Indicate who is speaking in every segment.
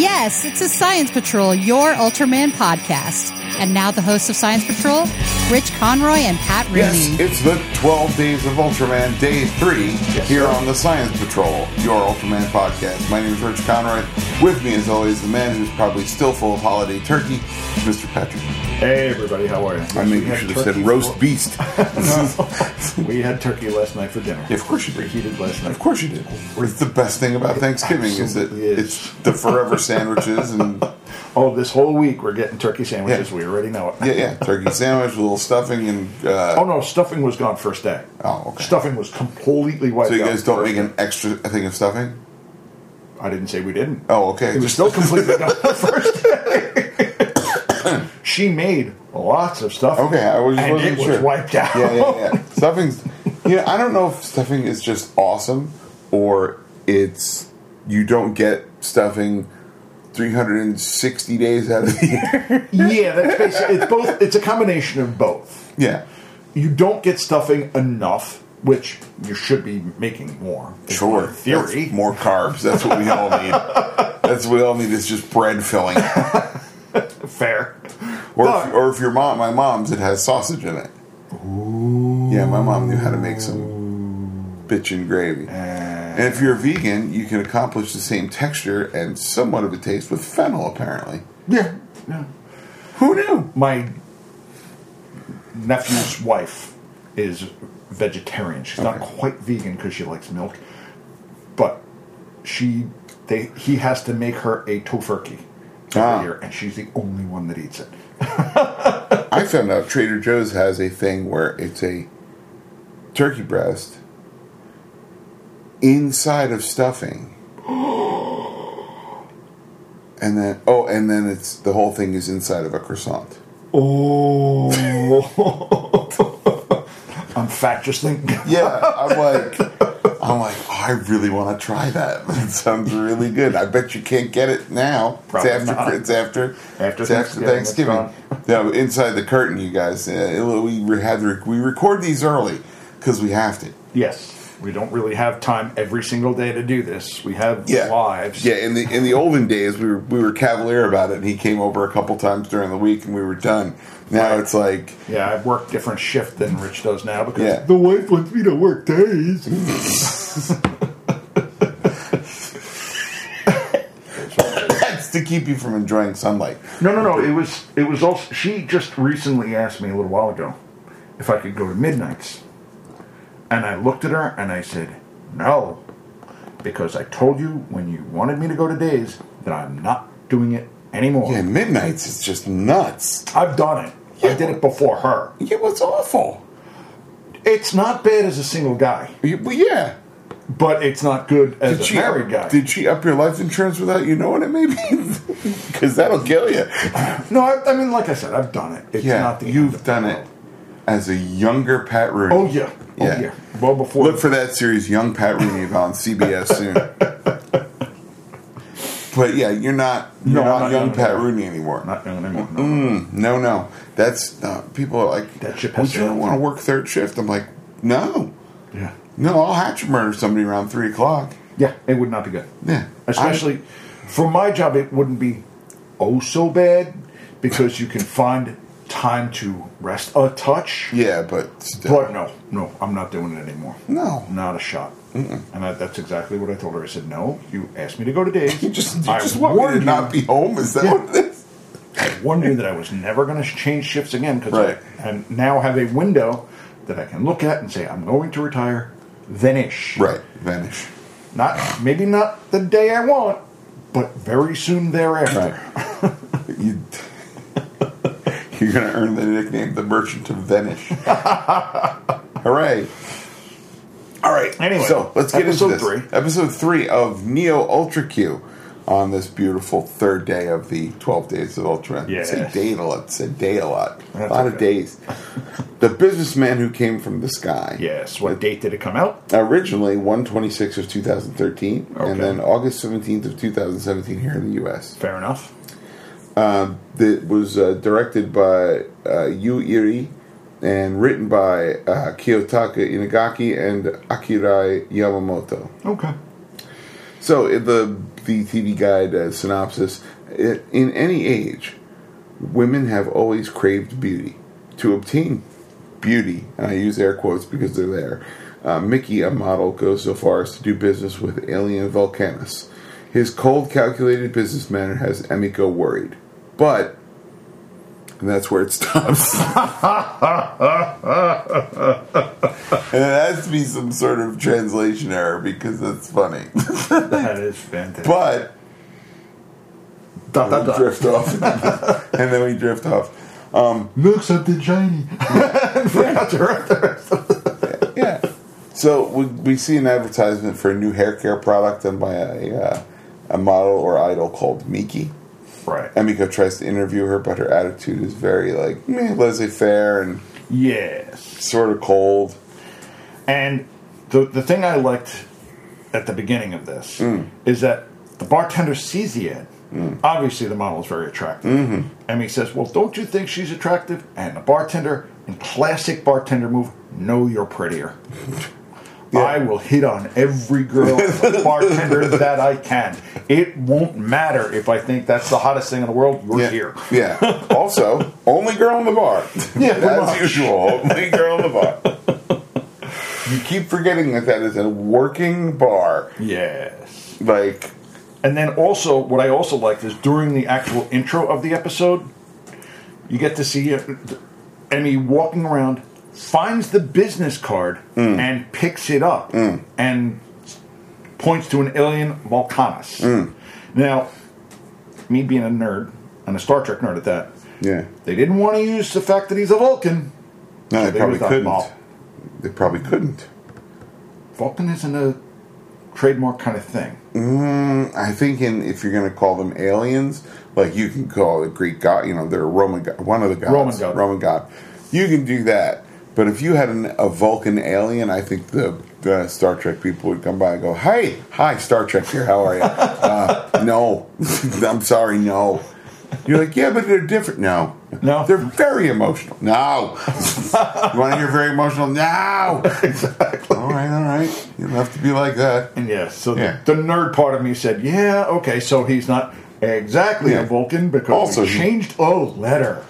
Speaker 1: Yes, it's a Science Patrol, your Ultraman podcast. And now the hosts of Science Patrol, Rich Conroy and Pat Rooney.
Speaker 2: Yes, it's the 12 Days of Ultraman, Day 3, here on the Science Patrol, your Ultraman podcast. My name is Rich Conrad. With me, as always, the man who's probably still full of holiday turkey, Mr. Patrick.
Speaker 3: Hey everybody, how are you?
Speaker 2: I mean, you should have said roast beast.
Speaker 3: beef. we had turkey last night for dinner.
Speaker 2: Yeah, of course you
Speaker 3: we
Speaker 2: did.
Speaker 3: heated last night.
Speaker 2: Of course you did. It's the best thing about Thanksgiving is that
Speaker 3: absolutely is.
Speaker 2: it's the forever sandwiches and
Speaker 3: Oh, this whole week we're getting turkey sandwiches.
Speaker 2: Yeah.
Speaker 3: We already know it.
Speaker 2: yeah, yeah, turkey sandwich, a little stuffing, and
Speaker 3: Oh
Speaker 2: uh,
Speaker 3: no, stuffing was gone first day.
Speaker 2: Oh, okay.
Speaker 3: Stuffing was completely wiped
Speaker 2: so you
Speaker 3: out
Speaker 2: guys don't
Speaker 3: first
Speaker 2: make an extra thing of stuffing.
Speaker 3: day. I didn't say we didn't.
Speaker 2: Oh, okay.
Speaker 3: It
Speaker 2: Just
Speaker 3: was still completely gone the first day. she made lots of stuff.
Speaker 2: okay. I was just
Speaker 3: and
Speaker 2: wasn't
Speaker 3: it was
Speaker 2: sure.
Speaker 3: wiped out.
Speaker 2: Yeah, yeah, yeah. Stuffing's. You know, I don't know if stuffing is just awesome or it's you don't get stuffing 360 days out of the year.
Speaker 3: yeah, that's basically it's both. It's a combination of both.
Speaker 2: Yeah.
Speaker 3: you don't get stuffing enough, which you should be making more. is
Speaker 2: Sure.
Speaker 3: my Theory.
Speaker 2: That's more carbs. That's what we all need. That's what we all need is just bread filling.
Speaker 3: Fair.
Speaker 2: Or, if,
Speaker 3: But-
Speaker 2: or if your mom, my mom's, it has sausage in it. Yeah, my mom knew how to make some bitchin' gravy. And if you're a vegan, you can accomplish the same texture and somewhat of a taste with fennel, apparently.
Speaker 3: Yeah. yeah.
Speaker 2: Who knew?
Speaker 3: My nephew's wife is vegetarian. She's not
Speaker 2: Okay.
Speaker 3: quite vegan because she likes milk, but she they he has to make her a tofurkey every
Speaker 2: Ah.
Speaker 3: year, and she's the only one that eats it.
Speaker 2: I found out Trader Joe's has a thing where it's a turkey breast inside of stuffing. And then, oh, and then it's the whole thing is inside of a croissant.
Speaker 3: Oh. I'm fat just thinking.
Speaker 2: Yeah, I'm like, I'm like, oh, I really want to try that. That sounds really good. I bet you can't get it now.
Speaker 3: Probably
Speaker 2: it's after.
Speaker 3: not.
Speaker 2: It's after.
Speaker 3: After
Speaker 2: it's after
Speaker 3: Thanksgiving,
Speaker 2: Thanksgiving.
Speaker 3: it's
Speaker 2: No, inside the curtain, you guys. Uh, we re- had to rec- we record these early because we have to.
Speaker 3: Yes, we don't really have time every single day to do this. We have lives.
Speaker 2: Yeah, in the in the olden days, we were we were cavalier about it. And he came over a couple times during the week, and we were done. Now it's like,
Speaker 3: Yeah, I work different shift than Rich does now because
Speaker 2: Yeah.
Speaker 3: the wife wants me to work days.
Speaker 2: that's to keep you from enjoying sunlight.
Speaker 3: no, no, no. It was it was also she just recently asked me a little while ago if I could go to midnights. And I looked at her and I said, "No." Because I told you when you wanted me to go to days that I'm not doing it anymore.
Speaker 2: Yeah, midnights is just nuts.
Speaker 3: I've done it. I did it before her.
Speaker 2: It was awful.
Speaker 3: It's not bad as a single guy.
Speaker 2: Y- Well, yeah.
Speaker 3: but it's not good as
Speaker 2: Did
Speaker 3: a
Speaker 2: she,
Speaker 3: married guy.
Speaker 2: did she up your life insurance without you knowing it, maybe? Because that'll kill you.
Speaker 3: no, I, I mean, like I said, I've done it. It's
Speaker 2: yeah,
Speaker 3: not the end
Speaker 2: you've
Speaker 3: of the
Speaker 2: done
Speaker 3: world.
Speaker 2: it as a younger Pat Rooney.
Speaker 3: Oh yeah, oh
Speaker 2: Yeah.
Speaker 3: yeah. Well before
Speaker 2: Look for that series, Young Pat Rooney, on CBS soon. but yeah, you're not you're
Speaker 3: No,
Speaker 2: not,
Speaker 3: I'm not
Speaker 2: young
Speaker 3: young
Speaker 2: Pat
Speaker 3: anymore.
Speaker 2: Rooney anymore.
Speaker 3: not young anymore. No.
Speaker 2: no, no, that's uh, people are like,
Speaker 3: That's your
Speaker 2: would you
Speaker 3: past-
Speaker 2: want to work third shift? I'm like, no,
Speaker 3: Yeah,
Speaker 2: no, I'll hatch murder somebody around three o'clock.
Speaker 3: yeah, it would not be good.
Speaker 2: Yeah,
Speaker 3: Especially for my job, it wouldn't be oh so bad because you can find time to rest a touch.
Speaker 2: I- yeah, but still.
Speaker 3: But no, no, I'm not doing it anymore.
Speaker 2: No.
Speaker 3: not a shot. And I, that's exactly what I told her. I said, "No, you asked me to go to days.
Speaker 2: You just, you
Speaker 3: I
Speaker 2: just want me
Speaker 3: warned
Speaker 2: to
Speaker 3: you.
Speaker 2: not be home? Is that
Speaker 3: Yeah.
Speaker 2: what it is?
Speaker 3: One knew that I was never going to change shifts again because
Speaker 2: Right.
Speaker 3: I, I now have a window that I can look at and say I'm going to retire then ish.
Speaker 2: Right, vanish.
Speaker 3: Not maybe not the day I want, but very soon thereafter.
Speaker 2: you, you're going to earn the nickname the Merchant of Venish. Hooray. All right.
Speaker 3: Anyway,
Speaker 2: so let's get
Speaker 3: episode
Speaker 2: into this.
Speaker 3: three.
Speaker 2: Episode three of Neo Ultra Q on this beautiful third day of the 12 days of Ultra. It's a
Speaker 3: Yes.
Speaker 2: day a lot. It's a day a lot. a
Speaker 3: That's
Speaker 2: lot of
Speaker 3: okay.
Speaker 2: days. the businessman who came from the sky.
Speaker 3: Yes. What date did it come out?
Speaker 2: originally 126 of 2013
Speaker 3: Okay.
Speaker 2: and then august 17th of 2017 here in the us
Speaker 3: Fair enough.
Speaker 2: that was uh, directed by uh, yu iri and written by uh, kiyotaka inagaki and akirai yamamoto
Speaker 3: Okay.
Speaker 2: So in the the TV guide uh, synopsis: i- In any age, women have always craved beauty. To obtain beauty, and I use air quotes because they're there. Uh, Mickey, a model, goes so far as to do business with alien Vulcanus. His cold, calculated business manner has Emiko worried, but and that's where it stops. and it has to be some sort of translation error because that's funny.
Speaker 3: That is fantastic.
Speaker 2: but
Speaker 3: dot, dot,
Speaker 2: we
Speaker 3: dot.
Speaker 2: drift off, and then we drift off. Um,
Speaker 3: Look something shiny. Forgot to write the rest.
Speaker 2: yeah. So we, we see an advertisement for a new hair care product done by a, uh, a model or idol called Miki.
Speaker 3: Right.
Speaker 2: Emiko tries to interview her, but her attitude is very like meh, laissez-faire and
Speaker 3: Yes.
Speaker 2: sort of cold.
Speaker 3: And the the thing I liked at the beginning of this is that the bartender sees the ad. Obviously, the model is very attractive. And he says, "Well, don't you think she's attractive?" And the bartender, in classic bartender move, "No, you're prettier." I will hit on every girl bartender that I can. It won't matter if I think that's the hottest thing in the world. You're
Speaker 2: Yeah.
Speaker 3: here.
Speaker 2: Yeah. also, only girl in the bar.
Speaker 3: Yeah, come on.
Speaker 2: As usual, only girl in the bar. You keep forgetting that that is a working bar.
Speaker 3: Yes.
Speaker 2: Like,
Speaker 3: And then also, what I also liked is during the actual intro of the episode, you get to see uh, Emmy walking around, finds the business card, and picks it up and points to an alien Volcanus. Now, me being a nerd and a Star Trek nerd at that,
Speaker 2: yeah.
Speaker 3: they didn't want to use the fact that he's a Vulcan.
Speaker 2: No,
Speaker 3: They
Speaker 2: they probably
Speaker 3: used that
Speaker 2: couldn't.
Speaker 3: mall.
Speaker 2: They probably couldn't.
Speaker 3: Vulcan isn't a trademark kind of thing.
Speaker 2: I think in if you're going to call them aliens, like you can call the Greek god, you know, they're a Roman god, one of the gods,
Speaker 3: Roman god.
Speaker 2: Roman god. You can do that. But if you had an, a Vulcan alien, I think the, the Star Trek people would come by and go, "Hey, hi, Star Trek here. How are you?" uh, no, I'm sorry, no. You're like, yeah, but they're different. No,
Speaker 3: No.
Speaker 2: they're very emotional. No, you want to hear very emotional? No, exactly. All right, all right. You don't have to be like that.
Speaker 3: And yes, so
Speaker 2: Yeah.
Speaker 3: the, the nerd part of me said, yeah, okay, so he's not exactly
Speaker 2: Yeah.
Speaker 3: a Vulcan because
Speaker 2: Also,
Speaker 3: we
Speaker 2: he-
Speaker 3: changed a letter.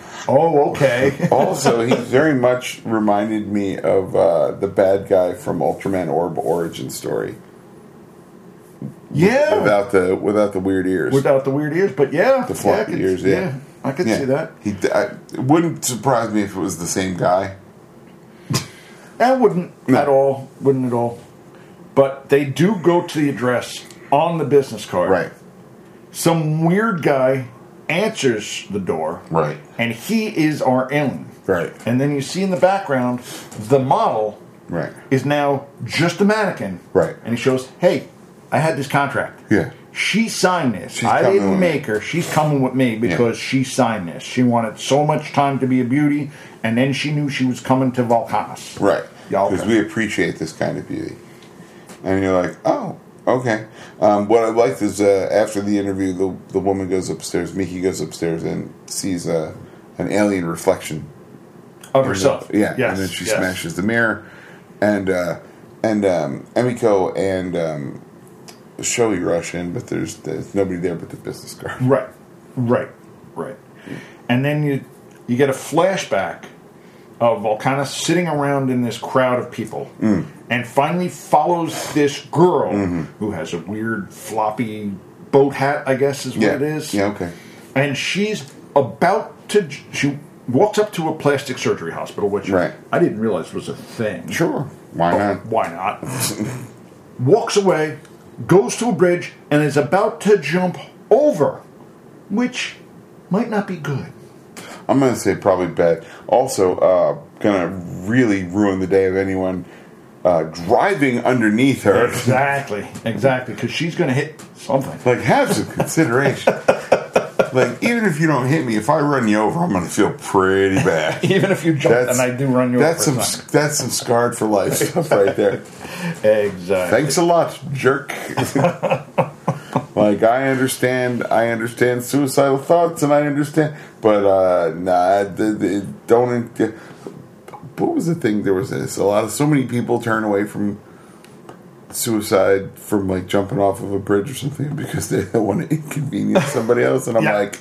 Speaker 3: Oh, okay.
Speaker 2: also, he very much reminded me of uh, the bad guy from Ultraman Orb Origin Story
Speaker 3: yeah.
Speaker 2: without the without the weird ears,
Speaker 3: Without the weird ears, but yeah.
Speaker 2: the floppy
Speaker 3: I could-
Speaker 2: ears. Yeah,
Speaker 3: I could
Speaker 2: Yeah.
Speaker 3: see that.
Speaker 2: He I, it wouldn't surprise me if it was the same guy.
Speaker 3: That wouldn't
Speaker 2: No.
Speaker 3: at all. Wouldn't at all. But they do go to the address on the business card.
Speaker 2: Right,
Speaker 3: Some weird guy answers the door.
Speaker 2: right,
Speaker 3: And he is our alien.
Speaker 2: Right.
Speaker 3: And then you see in the background the model
Speaker 2: right.
Speaker 3: is now just a mannequin.
Speaker 2: Right.
Speaker 3: And he shows, hey, I had this contract.
Speaker 2: Yeah.
Speaker 3: She signed this.
Speaker 2: She's
Speaker 3: I
Speaker 2: coming with
Speaker 3: didn't
Speaker 2: me."
Speaker 3: make her. She's coming with me because she signed this. She wanted so much time to be a beauty, and then she knew she was coming to Volcanos.
Speaker 2: Right.
Speaker 3: Yeah,
Speaker 2: Because
Speaker 3: okay.
Speaker 2: we appreciate this kind of beauty. And you're like, oh, okay. Um, what I liked is uh, after the interview, the, the woman goes upstairs, Mickey goes upstairs and sees uh, an alien reflection.
Speaker 3: Of herself.
Speaker 2: Yeah.
Speaker 3: Yes.
Speaker 2: and then she
Speaker 3: yes.
Speaker 2: smashes the mirror. And uh, and um, Emiko and um, Shoei rush in, but there's, there's nobody there but the business card.
Speaker 3: Right. Right. Right. And then you you get a flashback of Volcana sitting around in this crowd of people
Speaker 2: Mm.
Speaker 3: and finally follows this girl
Speaker 2: Mm-hmm.
Speaker 3: who has a weird floppy boat hat, I guess is what
Speaker 2: Yeah.
Speaker 3: it is.
Speaker 2: Yeah, okay.
Speaker 3: And she's about to j- she walks up to a plastic surgery hospital, which
Speaker 2: Right.
Speaker 3: I didn't realize was a thing.
Speaker 2: Sure.
Speaker 3: Oh.
Speaker 2: Why not?
Speaker 3: Why not? Walks away, goes to a bridge, and is about to jump over, which might not be good.
Speaker 2: I'm gonna say probably bad. Also, uh, gonna really ruin the day of anyone uh, driving underneath her.
Speaker 3: Exactly, exactly, because she's going to hit something.
Speaker 2: Like, have some consideration. like, even if you don't hit me, if I run you over, I'm gonna feel pretty bad.
Speaker 3: Even if you jump and I do run you
Speaker 2: That's
Speaker 3: over.
Speaker 2: some
Speaker 3: Some...
Speaker 2: that's some scarred for life stuff right there.
Speaker 3: Exactly.
Speaker 2: Thanks a lot, jerk. like I understand, I understand suicidal thoughts, and I understand, but uh, nah, th- th- don't. en- What was the thing? There was this. A lot of so many people turn away from suicide from like jumping off of a bridge or something because they don't want to inconvenience somebody else. And I'm
Speaker 3: Yeah.
Speaker 2: like,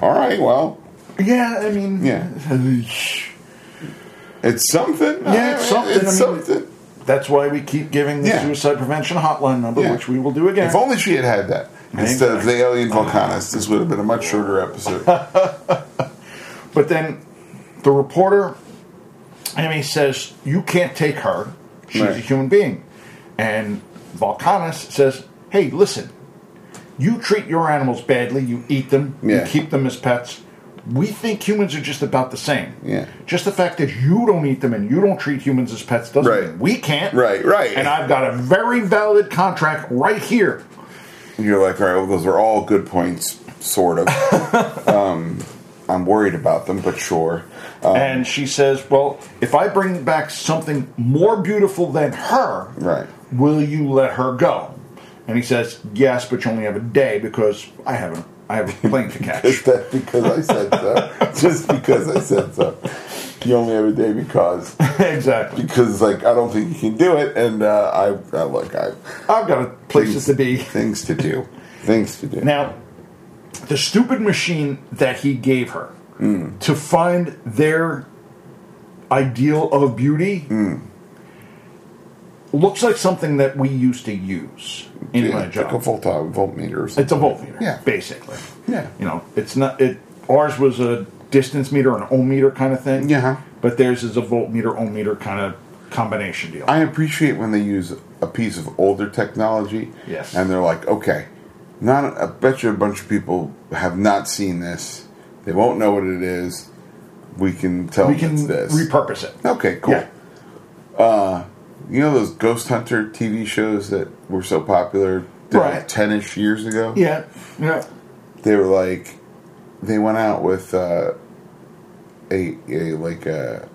Speaker 2: all right, well,
Speaker 3: Yeah, I mean,
Speaker 2: Yeah. it's something.
Speaker 3: Yeah, it's something.
Speaker 2: It's
Speaker 3: I mean-
Speaker 2: something.
Speaker 3: that's why we keep giving the
Speaker 2: Yeah.
Speaker 3: suicide prevention hotline number,
Speaker 2: Yeah.
Speaker 3: which we will do again.
Speaker 2: If only she had had that instead of the alien volcanist, this would have been a much shorter episode.
Speaker 3: But then the reporter, Amy says, You can't take her. She's a
Speaker 2: Right.
Speaker 3: human being. And Volcanus says, Hey, listen, you treat your animals badly, you eat them,
Speaker 2: Yeah.
Speaker 3: you keep them as pets. We think humans are just about the same.
Speaker 2: Yeah.
Speaker 3: Just the fact that you don't eat them and you don't treat humans as pets doesn't
Speaker 2: Right.
Speaker 3: mean we can't.
Speaker 2: Right, right.
Speaker 3: And I've got a very valid contract right here.
Speaker 2: You're like, all right, well, those are all good points, sort of. um, I'm worried about them, but sure. Um, Uh-huh.
Speaker 3: and she says, Well, if I bring back something more beautiful than her,
Speaker 2: Right.
Speaker 3: will you let her go? And he says, Yes, but you only have a day because I have a I have a plane to
Speaker 2: Is
Speaker 3: catch.
Speaker 2: that because I said so? Just because I said so. You only have a day because
Speaker 3: exactly.
Speaker 2: because like I don't think you can do it, and uh, I, I look, I
Speaker 3: I've got a places to be.
Speaker 2: things to do, things to do.
Speaker 3: Now, the stupid machine that he gave her
Speaker 2: Hmm.
Speaker 3: to find their ideal of beauty
Speaker 2: Hmm.
Speaker 3: looks like something that we used to use in
Speaker 2: yeah,
Speaker 3: my
Speaker 2: like
Speaker 3: job.
Speaker 2: a full time voltmeter or
Speaker 3: It's a
Speaker 2: something.
Speaker 3: voltmeter,
Speaker 2: Yeah.
Speaker 3: basically.
Speaker 2: Yeah.
Speaker 3: You know, it's not it. Ours was a distance meter, an ohm meter kind of thing.
Speaker 2: Yeah.
Speaker 3: But theirs is a voltmeter, ohm meter kind of combination deal.
Speaker 2: I appreciate when they use a piece of older technology.
Speaker 3: Yes.
Speaker 2: And they're like, okay, not. I bet you a bunch of people have not seen this. They won't know what it is. We can tell
Speaker 3: we
Speaker 2: them
Speaker 3: can
Speaker 2: it's this.
Speaker 3: repurpose it.
Speaker 2: okay, cool.
Speaker 3: Yeah.
Speaker 2: You know those Ghost Hunter TV shows that were so popular
Speaker 3: Right.
Speaker 2: ten-ish years ago?
Speaker 3: Yeah. Yeah.
Speaker 2: They were like, they went out with uh, a a like a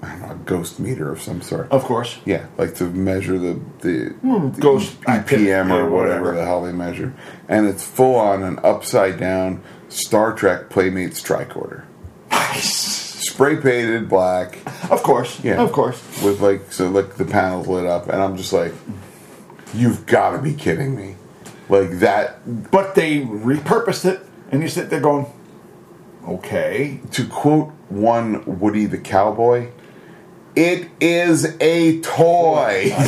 Speaker 2: I don't know a ghost meter of some sort.
Speaker 3: Of course.
Speaker 2: Yeah, like to measure the the,
Speaker 3: Hmm.
Speaker 2: the
Speaker 3: ghost activity
Speaker 2: EPM
Speaker 3: or
Speaker 2: or whatever
Speaker 3: whatever.
Speaker 2: the hell they measure, and it's full on an upside down Star Trek Playmates tricorder, spray painted black
Speaker 3: Of course.
Speaker 2: Yeah.
Speaker 3: Of course.
Speaker 2: with like so like the panels lit up, and I'm just like, you've got to be kidding me, like that
Speaker 3: But they repurposed it, and you sit there going, "Okay,
Speaker 2: to quote one Woody the Cowboy, it is a toy.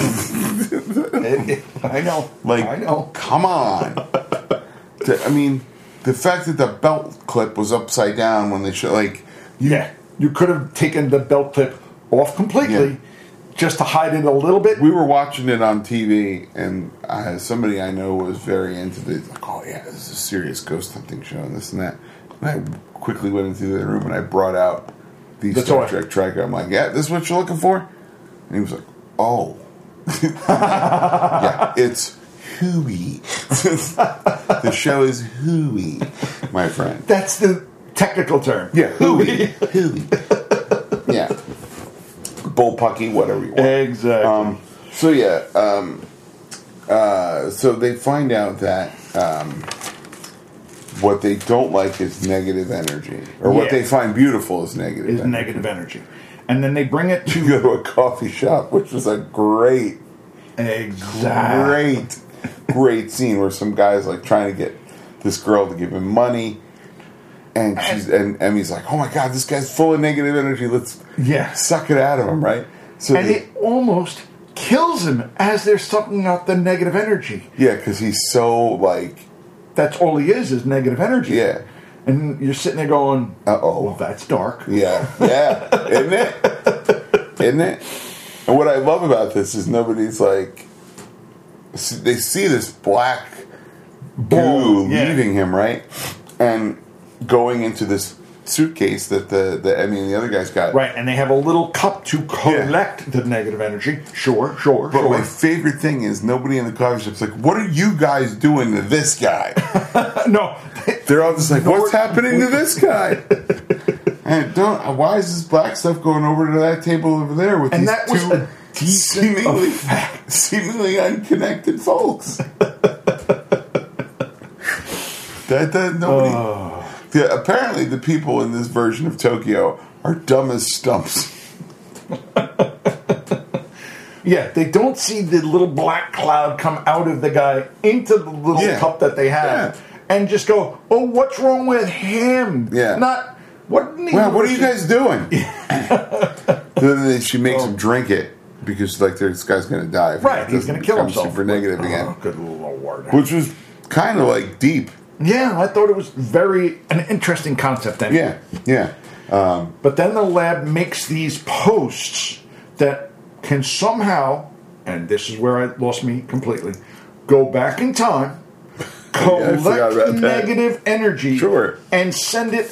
Speaker 3: I know.
Speaker 2: like,
Speaker 3: I know.
Speaker 2: come on. To- I mean, the fact that the belt clip was upside down when they show, like, you,
Speaker 3: Yeah. You could have taken the belt clip off completely, just to hide it a little bit.
Speaker 2: we were watching it on TV, and uh, somebody I know was very into the, like, oh, yeah, this is a serious ghost hunting show, and this and that. And I quickly went into the other room and I brought out the,
Speaker 3: The
Speaker 2: Star
Speaker 3: toy.
Speaker 2: Trek tracker. I'm like, yeah, this is what you're looking for? And he was like, oh. yeah, it's hooey. the show is hooey, my friend.
Speaker 3: That's the technical term.
Speaker 2: Yeah, hooey, hooey. yeah, bullpucky, whatever you want.
Speaker 3: Exactly.
Speaker 2: Um, so yeah, um, uh, so they find out that um, what they don't like is negative energy, or what
Speaker 3: Yeah.
Speaker 2: they find beautiful is negative.
Speaker 3: is
Speaker 2: energy.
Speaker 3: negative energy. And then they bring it
Speaker 2: You
Speaker 3: to
Speaker 2: go to a coffee shop, which was a great,
Speaker 3: exactly.
Speaker 2: great, great scene where some guy's like trying to get this girl to give him money. And she's and Emmy's like, oh my god, this guy's full of negative energy. Let's
Speaker 3: Yeah.
Speaker 2: suck it out of him, right? So
Speaker 3: And
Speaker 2: they-
Speaker 3: it almost kills him as they're sucking out the negative energy.
Speaker 2: Yeah, because he's so like,
Speaker 3: That's all he is is negative energy.
Speaker 2: Yeah.
Speaker 3: And you're sitting there going,
Speaker 2: Uh-oh.
Speaker 3: well, that's dark."
Speaker 2: yeah, yeah, isn't it? Isn't it? And what I love about this is nobody's like, s- they see this black
Speaker 3: Ball,
Speaker 2: goo
Speaker 3: yeah.
Speaker 2: leaving him, right? And going into this suitcase that the, the Emmy and the other guys got.
Speaker 3: Right, and they have a little cup to collect the negative energy. Sure, sure,
Speaker 2: But
Speaker 3: sure.
Speaker 2: my favorite thing is nobody in the coffee shop's like, what are you guys doing to this guy?
Speaker 3: no,
Speaker 2: They're all just like, what's
Speaker 3: Nor-
Speaker 2: happening to this guy? and don't uh, why is this black stuff going over to that table over there with
Speaker 3: And
Speaker 2: these
Speaker 3: that was
Speaker 2: two
Speaker 3: a decent
Speaker 2: seemingly seemingly unconnected folks? that, that nobody.
Speaker 3: Oh.
Speaker 2: Yeah, apparently, the people in this version of Tokyo are dumb as stumps.
Speaker 3: Yeah, they don't see the little black cloud come out of the guy into the little
Speaker 2: Yeah.
Speaker 3: cup that they have, and just go, "Oh, what's wrong with him?"
Speaker 2: Yeah.
Speaker 3: not what.
Speaker 2: Wow, what are you guys doing? then they- she makes him drink it because like this guy's gonna die. If he
Speaker 3: Right, he's
Speaker 2: doesn't
Speaker 3: gonna kill
Speaker 2: become
Speaker 3: himself.
Speaker 2: Super negative again,
Speaker 3: Oh, good lord.
Speaker 2: which was kind of like deep.
Speaker 3: Yeah, I thought it was very an interesting concept. Then,
Speaker 2: Yeah, yeah,
Speaker 3: But then the lab makes these posts that can somehow, and this is where I lost me completely, go back in time,
Speaker 2: I forgot
Speaker 3: collect
Speaker 2: about that.
Speaker 3: negative energy,
Speaker 2: Sure.
Speaker 3: and send it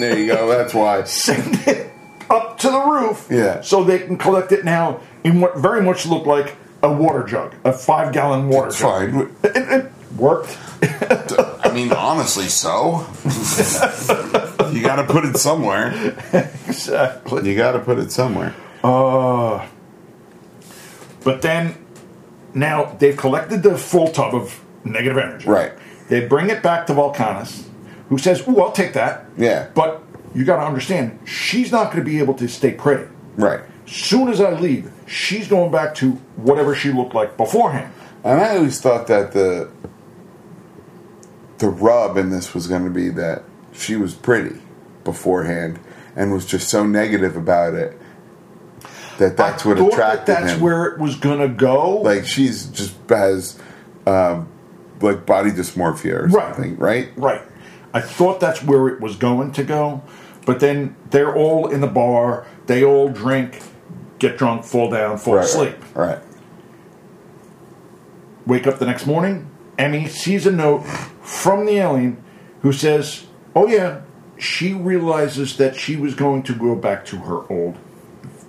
Speaker 2: there you go. That's why.
Speaker 3: send it up to the roof,
Speaker 2: Yeah.
Speaker 3: so they can collect it now in what very much looked like a water jug, a five gallon water
Speaker 2: It's
Speaker 3: jug.
Speaker 2: fine.
Speaker 3: Worked.
Speaker 2: I mean, honestly, so you got to put it somewhere.
Speaker 3: Exactly.
Speaker 2: You got to put it somewhere.
Speaker 3: But then, now they've collected the full tub of negative energy.
Speaker 2: Right.
Speaker 3: They bring it back to Volcanus, who says, "Ooh, I'll take that."
Speaker 2: Yeah.
Speaker 3: But you got to understand, she's not going to be able to stay pretty.
Speaker 2: Right.
Speaker 3: Soon as I leave, she's going back to whatever she looked like beforehand.
Speaker 2: And I always thought that the the rub in this was going to be that she was pretty beforehand and was just so negative about it that that's
Speaker 3: I
Speaker 2: what
Speaker 3: thought that
Speaker 2: attracted
Speaker 3: That's
Speaker 2: him.
Speaker 3: where it was going to go.
Speaker 2: like she's just has um, like body dysmorphia or
Speaker 3: Right.
Speaker 2: something, right?
Speaker 3: Right. I thought that's where it was going to go, but then they're all in the bar. They all drink, get drunk, fall down, fall
Speaker 2: Right.
Speaker 3: asleep.
Speaker 2: Right.
Speaker 3: Wake up the next morning, Emmy sees a note from the alien who says, Oh, yeah, she realizes that she was going to go back to her old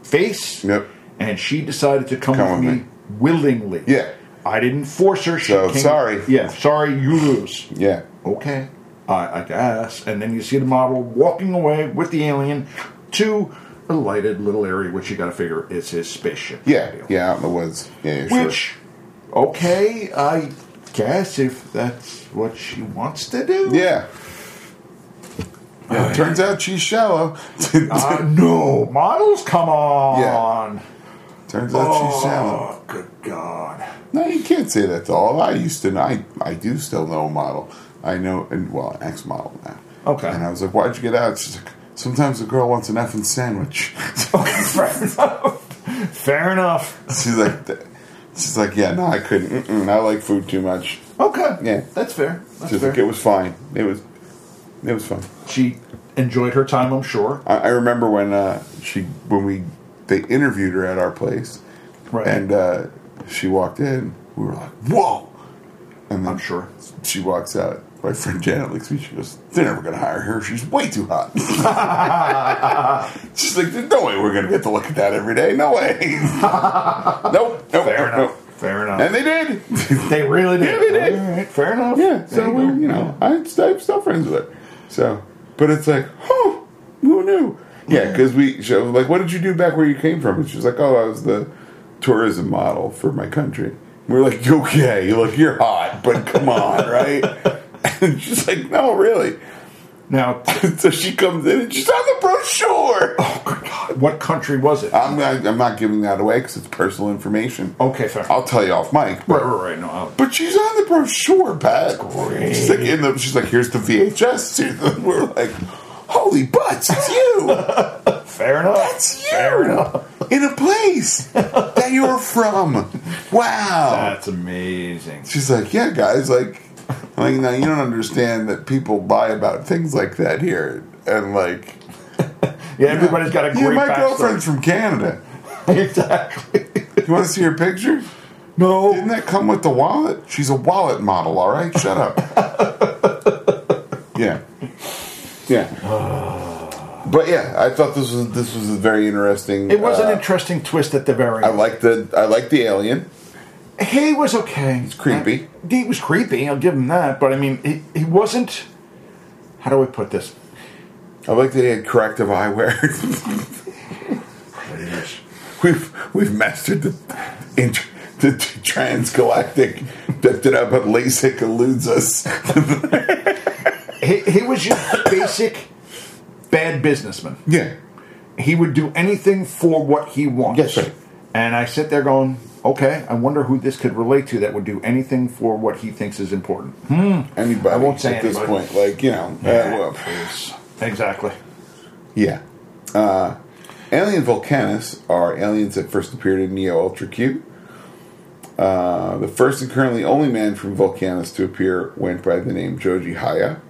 Speaker 3: face.
Speaker 2: Yep.
Speaker 3: And she decided to come,
Speaker 2: Come
Speaker 3: with,
Speaker 2: with
Speaker 3: me, willingly.
Speaker 2: Yeah.
Speaker 3: I didn't force her. She
Speaker 2: So,
Speaker 3: came-
Speaker 2: sorry.
Speaker 3: Yeah, sorry, you lose.
Speaker 2: Yeah.
Speaker 3: Okay, I, I guess. And then you see the model walking away with the alien to a lighted little area, which you gotta figure is his spaceship.
Speaker 2: Yeah. Yeah. Out in the woods. Yeah. yeah, sure.
Speaker 3: Which, okay, I guess if that's what she wants to do.
Speaker 2: Yeah. Yeah, it turns out she's shallow.
Speaker 3: Uh, no, models, come on.
Speaker 2: turns out she's shallow.
Speaker 3: Oh, good God.
Speaker 2: No, you can't say that to all. I used to. I I do still know a model. I know, and well, ex model now.
Speaker 3: Okay.
Speaker 2: And I was like, "Why'd you get out?" She's like, "Sometimes a girl wants an effing sandwich."
Speaker 3: Fair enough. Fair enough.
Speaker 2: she's like, th- "She's like, yeah, no, I couldn't. Mm-mm, I like food too much."
Speaker 3: Okay.
Speaker 2: Yeah.
Speaker 3: That's fair. That's
Speaker 2: She's
Speaker 3: fair.
Speaker 2: like, "It was fine. It was, it was fun."
Speaker 3: she enjoyed her time, I'm sure.
Speaker 2: I, I remember when uh, she when we they interviewed her at our place,
Speaker 3: Right.
Speaker 2: and uh, she walked in. We were like, "Whoa!" And then
Speaker 3: I'm sure.
Speaker 2: she walks out. My friend Janet looks at me. She goes, "They're never gonna hire her. She's way too hot." She's like, "There's no way we're gonna get to look at that every day. No way. nope. Nope.
Speaker 3: Fair
Speaker 2: nope,
Speaker 3: enough.
Speaker 2: nope."
Speaker 3: Fair enough.
Speaker 2: And they did.
Speaker 3: They really did.
Speaker 2: Yeah, they did.
Speaker 3: All right, fair enough.
Speaker 2: yeah.
Speaker 3: There
Speaker 2: So we,
Speaker 3: go.
Speaker 2: you know, I, I'm still friends with her. So, but it's like, oh, who knew? Yeah, because we, she was like, what did you do back where you came from? And she was like, oh, I was the tourism model for my country. We were like, okay, you're like, you're hot, but come on, right? And she's like, no, really.
Speaker 3: Now,
Speaker 2: so she comes in and she's on the brochure.
Speaker 3: what country was it? Uh,
Speaker 2: I'm not, I'm not giving that away because it's personal information.
Speaker 3: okay, fair.
Speaker 2: I'll tell you off mic. But,
Speaker 3: right, right, right. No, uh, I'll,
Speaker 2: but she's on the brochure, Pat.
Speaker 3: great.
Speaker 2: She's like, in the, she's like, here's the VHS. too." We're like, holy butts, it's you.
Speaker 3: fair enough.
Speaker 2: That's you. In a place that you're from. Wow.
Speaker 3: That's amazing.
Speaker 2: She's like, yeah, guys, like, like now you don't understand that people lie about things like that here, and like,
Speaker 3: Yeah, everybody's got a great
Speaker 2: yeah, my
Speaker 3: backstory.
Speaker 2: girlfriend's from Canada.
Speaker 3: exactly.
Speaker 2: You want to see her picture? Didn't
Speaker 3: No.
Speaker 2: that come with the wallet? She's a wallet model, all right? Shut up. yeah. Yeah. But yeah, I thought this was this was a very interesting.
Speaker 3: It was
Speaker 2: uh,
Speaker 3: an interesting twist at the very
Speaker 2: I like the I like the alien.
Speaker 3: He was okay. He's
Speaker 2: creepy.
Speaker 3: he was creepy, I'll give him that. But I mean, he, he wasn't. How do I put this?
Speaker 2: I like that he had corrective eyewear. we've we've mastered the int the, the transgalactic. That did but LASIK eludes us.
Speaker 3: He, he was just basic bad businessman.
Speaker 2: yeah.
Speaker 3: he would do anything for what he wants.
Speaker 2: Yes, sir.
Speaker 3: And I sit there going, okay, I wonder who this could relate to that would do anything for what he thinks is important. Hmm?
Speaker 2: Anybody
Speaker 3: I won't say
Speaker 2: at this
Speaker 3: anybody.
Speaker 2: point, like you know, uh, Hmm? well,
Speaker 3: Exactly.
Speaker 2: yeah. Uh, alien Vulcanus are aliens that first appeared in Neo Ultra Q. Uh, the first and currently only man from Vulcanus to appear went by the name Joji Haya.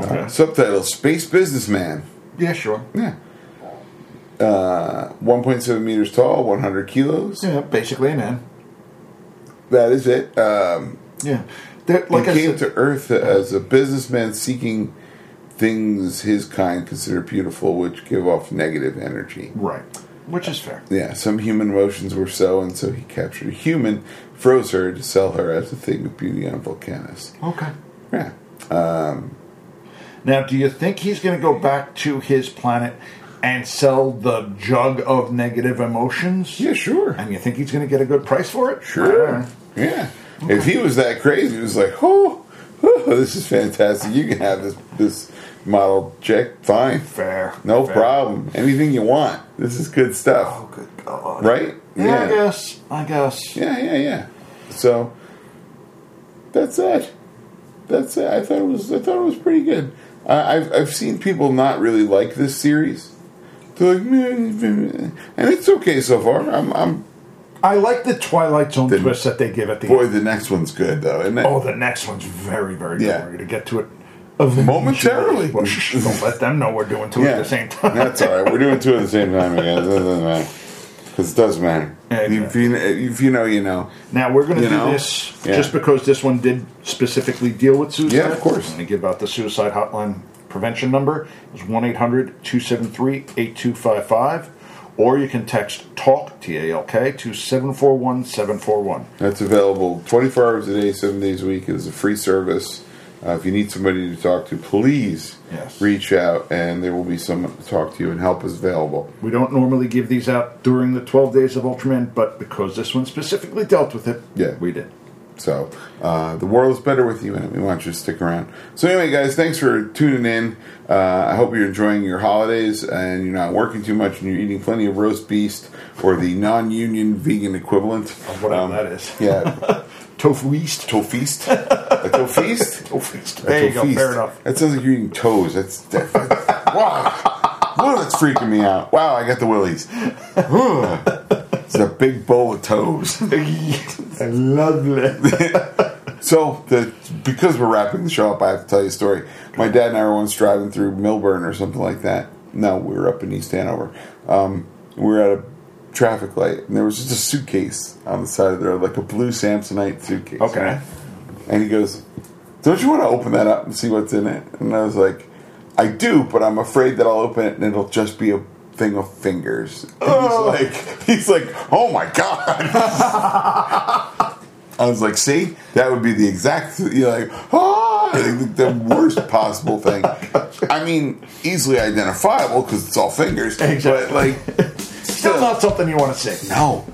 Speaker 3: Okay.
Speaker 2: Subtitle: Space Businessman.
Speaker 3: yeah, sure.
Speaker 2: Yeah. Uh, 1.7 meters tall, 100 kilos.
Speaker 3: Yeah, basically a man.
Speaker 2: That is it. Um,
Speaker 3: Yeah. They're- like
Speaker 2: he
Speaker 3: I
Speaker 2: came
Speaker 3: said,
Speaker 2: to Earth as a businessman seeking things his kind consider beautiful, which give off negative energy.
Speaker 3: right. Which is fair.
Speaker 2: Yeah, some human emotions were so, and so he captured a human, froze her to sell her as a thing of beauty on Vulcanus.
Speaker 3: Okay.
Speaker 2: Yeah.
Speaker 3: Now, do you think he's going to go back to his planet and sell the jug of negative emotions?
Speaker 2: Yeah, sure.
Speaker 3: And you think he's going to get a good price for it? I don't
Speaker 2: Sure.
Speaker 3: know.
Speaker 2: Yeah. If he was that crazy, he was like, oh, oh, this is fantastic. You can have this this model check. Fine.
Speaker 3: Fair.
Speaker 2: No
Speaker 3: Fair.
Speaker 2: problem. Anything you want. This is good
Speaker 3: Oh,
Speaker 2: stuff.
Speaker 3: good God.
Speaker 2: Right?
Speaker 3: Yeah, I guess. I guess.
Speaker 2: Yeah, yeah, yeah. So that's it. That's it. I thought it was. I thought it was pretty good. I, I've I've seen people not really like this series. They're like, "Meh, meh, meh." and it's okay so far. I'm, I'm
Speaker 3: I like the Twilight Zone
Speaker 2: The-
Speaker 3: twist that they give at the
Speaker 2: boy.
Speaker 3: end.
Speaker 2: The next one's good though, isn't it?
Speaker 3: Oh, the next one's very, very
Speaker 2: Yeah.
Speaker 3: good. We're going to get to it. eventually.
Speaker 2: Momentarily.
Speaker 3: Well, shh, Don't let them know we're doing two
Speaker 2: yeah.
Speaker 3: at the same time.
Speaker 2: That's all right. We're doing two at the same time again. It doesn't matter because it does matter.
Speaker 3: Yeah,
Speaker 2: If, you, if you know, you know.
Speaker 3: Now we're going to
Speaker 2: You
Speaker 3: do
Speaker 2: know?
Speaker 3: this
Speaker 2: Yeah.
Speaker 3: just because this one did specifically deal with suicide.
Speaker 2: Yeah, of course.
Speaker 3: I'm going to give out the suicide hotline prevention number. It's 1 800 273 8255. Or you can text TALK, T A L K, to 741 741.
Speaker 2: That's available 24 hours a day, seven days a week. It is a free service. Uh, if you need somebody to talk to, please
Speaker 3: Yes.
Speaker 2: reach out, and there will be someone to talk to you, and help is available.
Speaker 3: We don't normally give these out during the 12 days of Ultraman, but because this one specifically dealt with it,
Speaker 2: Yeah.
Speaker 3: we did.
Speaker 2: So uh, the world is better with you, and we want you to stick around. So anyway, guys, thanks for tuning in. Uh, I hope you're enjoying your holidays, and you're not working too much, and you're eating plenty of roast beef or the non-union vegan equivalent. Um,
Speaker 3: Whatever that is.
Speaker 2: Yeah,
Speaker 3: Tofu East.
Speaker 2: tofeast, a tofeast.
Speaker 3: Tofu East.
Speaker 2: That's
Speaker 3: There you
Speaker 2: a
Speaker 3: go.
Speaker 2: Oh, feast.
Speaker 3: Fair enough.
Speaker 2: That sounds like you're eating toes. That's that, wow. Well, that's freaking me out. Wow, I got the willies. it's a big bowl of toes.
Speaker 3: Lovely.
Speaker 2: So, the, because we're wrapping the show up, I have to tell you a story. My dad and I were once driving through Milburn or something like that. No, we were up in East Hanover. Um, we were at a traffic light, and there was just a suitcase on the side of the road, like a blue Samsonite suitcase.
Speaker 3: Okay.
Speaker 2: And he goes, Don't you want to open that up and see what's in it? And I was like, I do, but I'm afraid that I'll open it and it'll just be a thing of fingers. And he's like he's like, Oh my god I was like, see, that would be the exact you're like, ah like the worst possible thing. I mean, easily identifiable because it's all fingers. But
Speaker 3: Exactly.
Speaker 2: like
Speaker 3: Still not something you want to see.
Speaker 2: no.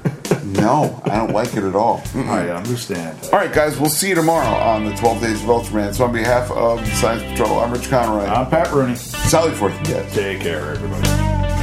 Speaker 2: No, I don't like it at all. Hmm.
Speaker 3: I understand.
Speaker 2: All right, guys, we'll see you tomorrow on the 12 Days of Ultraman. So, on behalf of Science Patrol, I'm Rich Conroy.
Speaker 3: I'm Pat Rooney.
Speaker 2: Sally Forth, yes.
Speaker 3: Take care, everybody.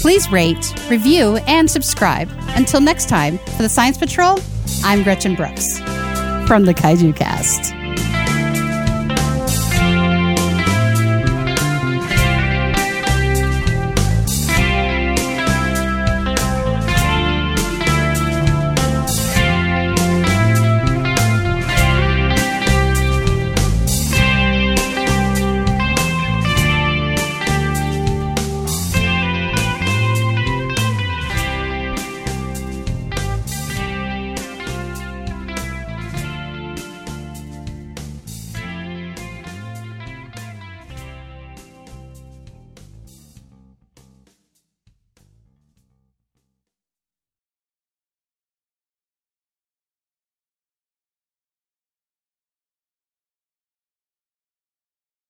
Speaker 1: Please rate, review, and subscribe. Until next time, for the Science Patrol, I'm Gretchen Brooks from the Kaiju Cast.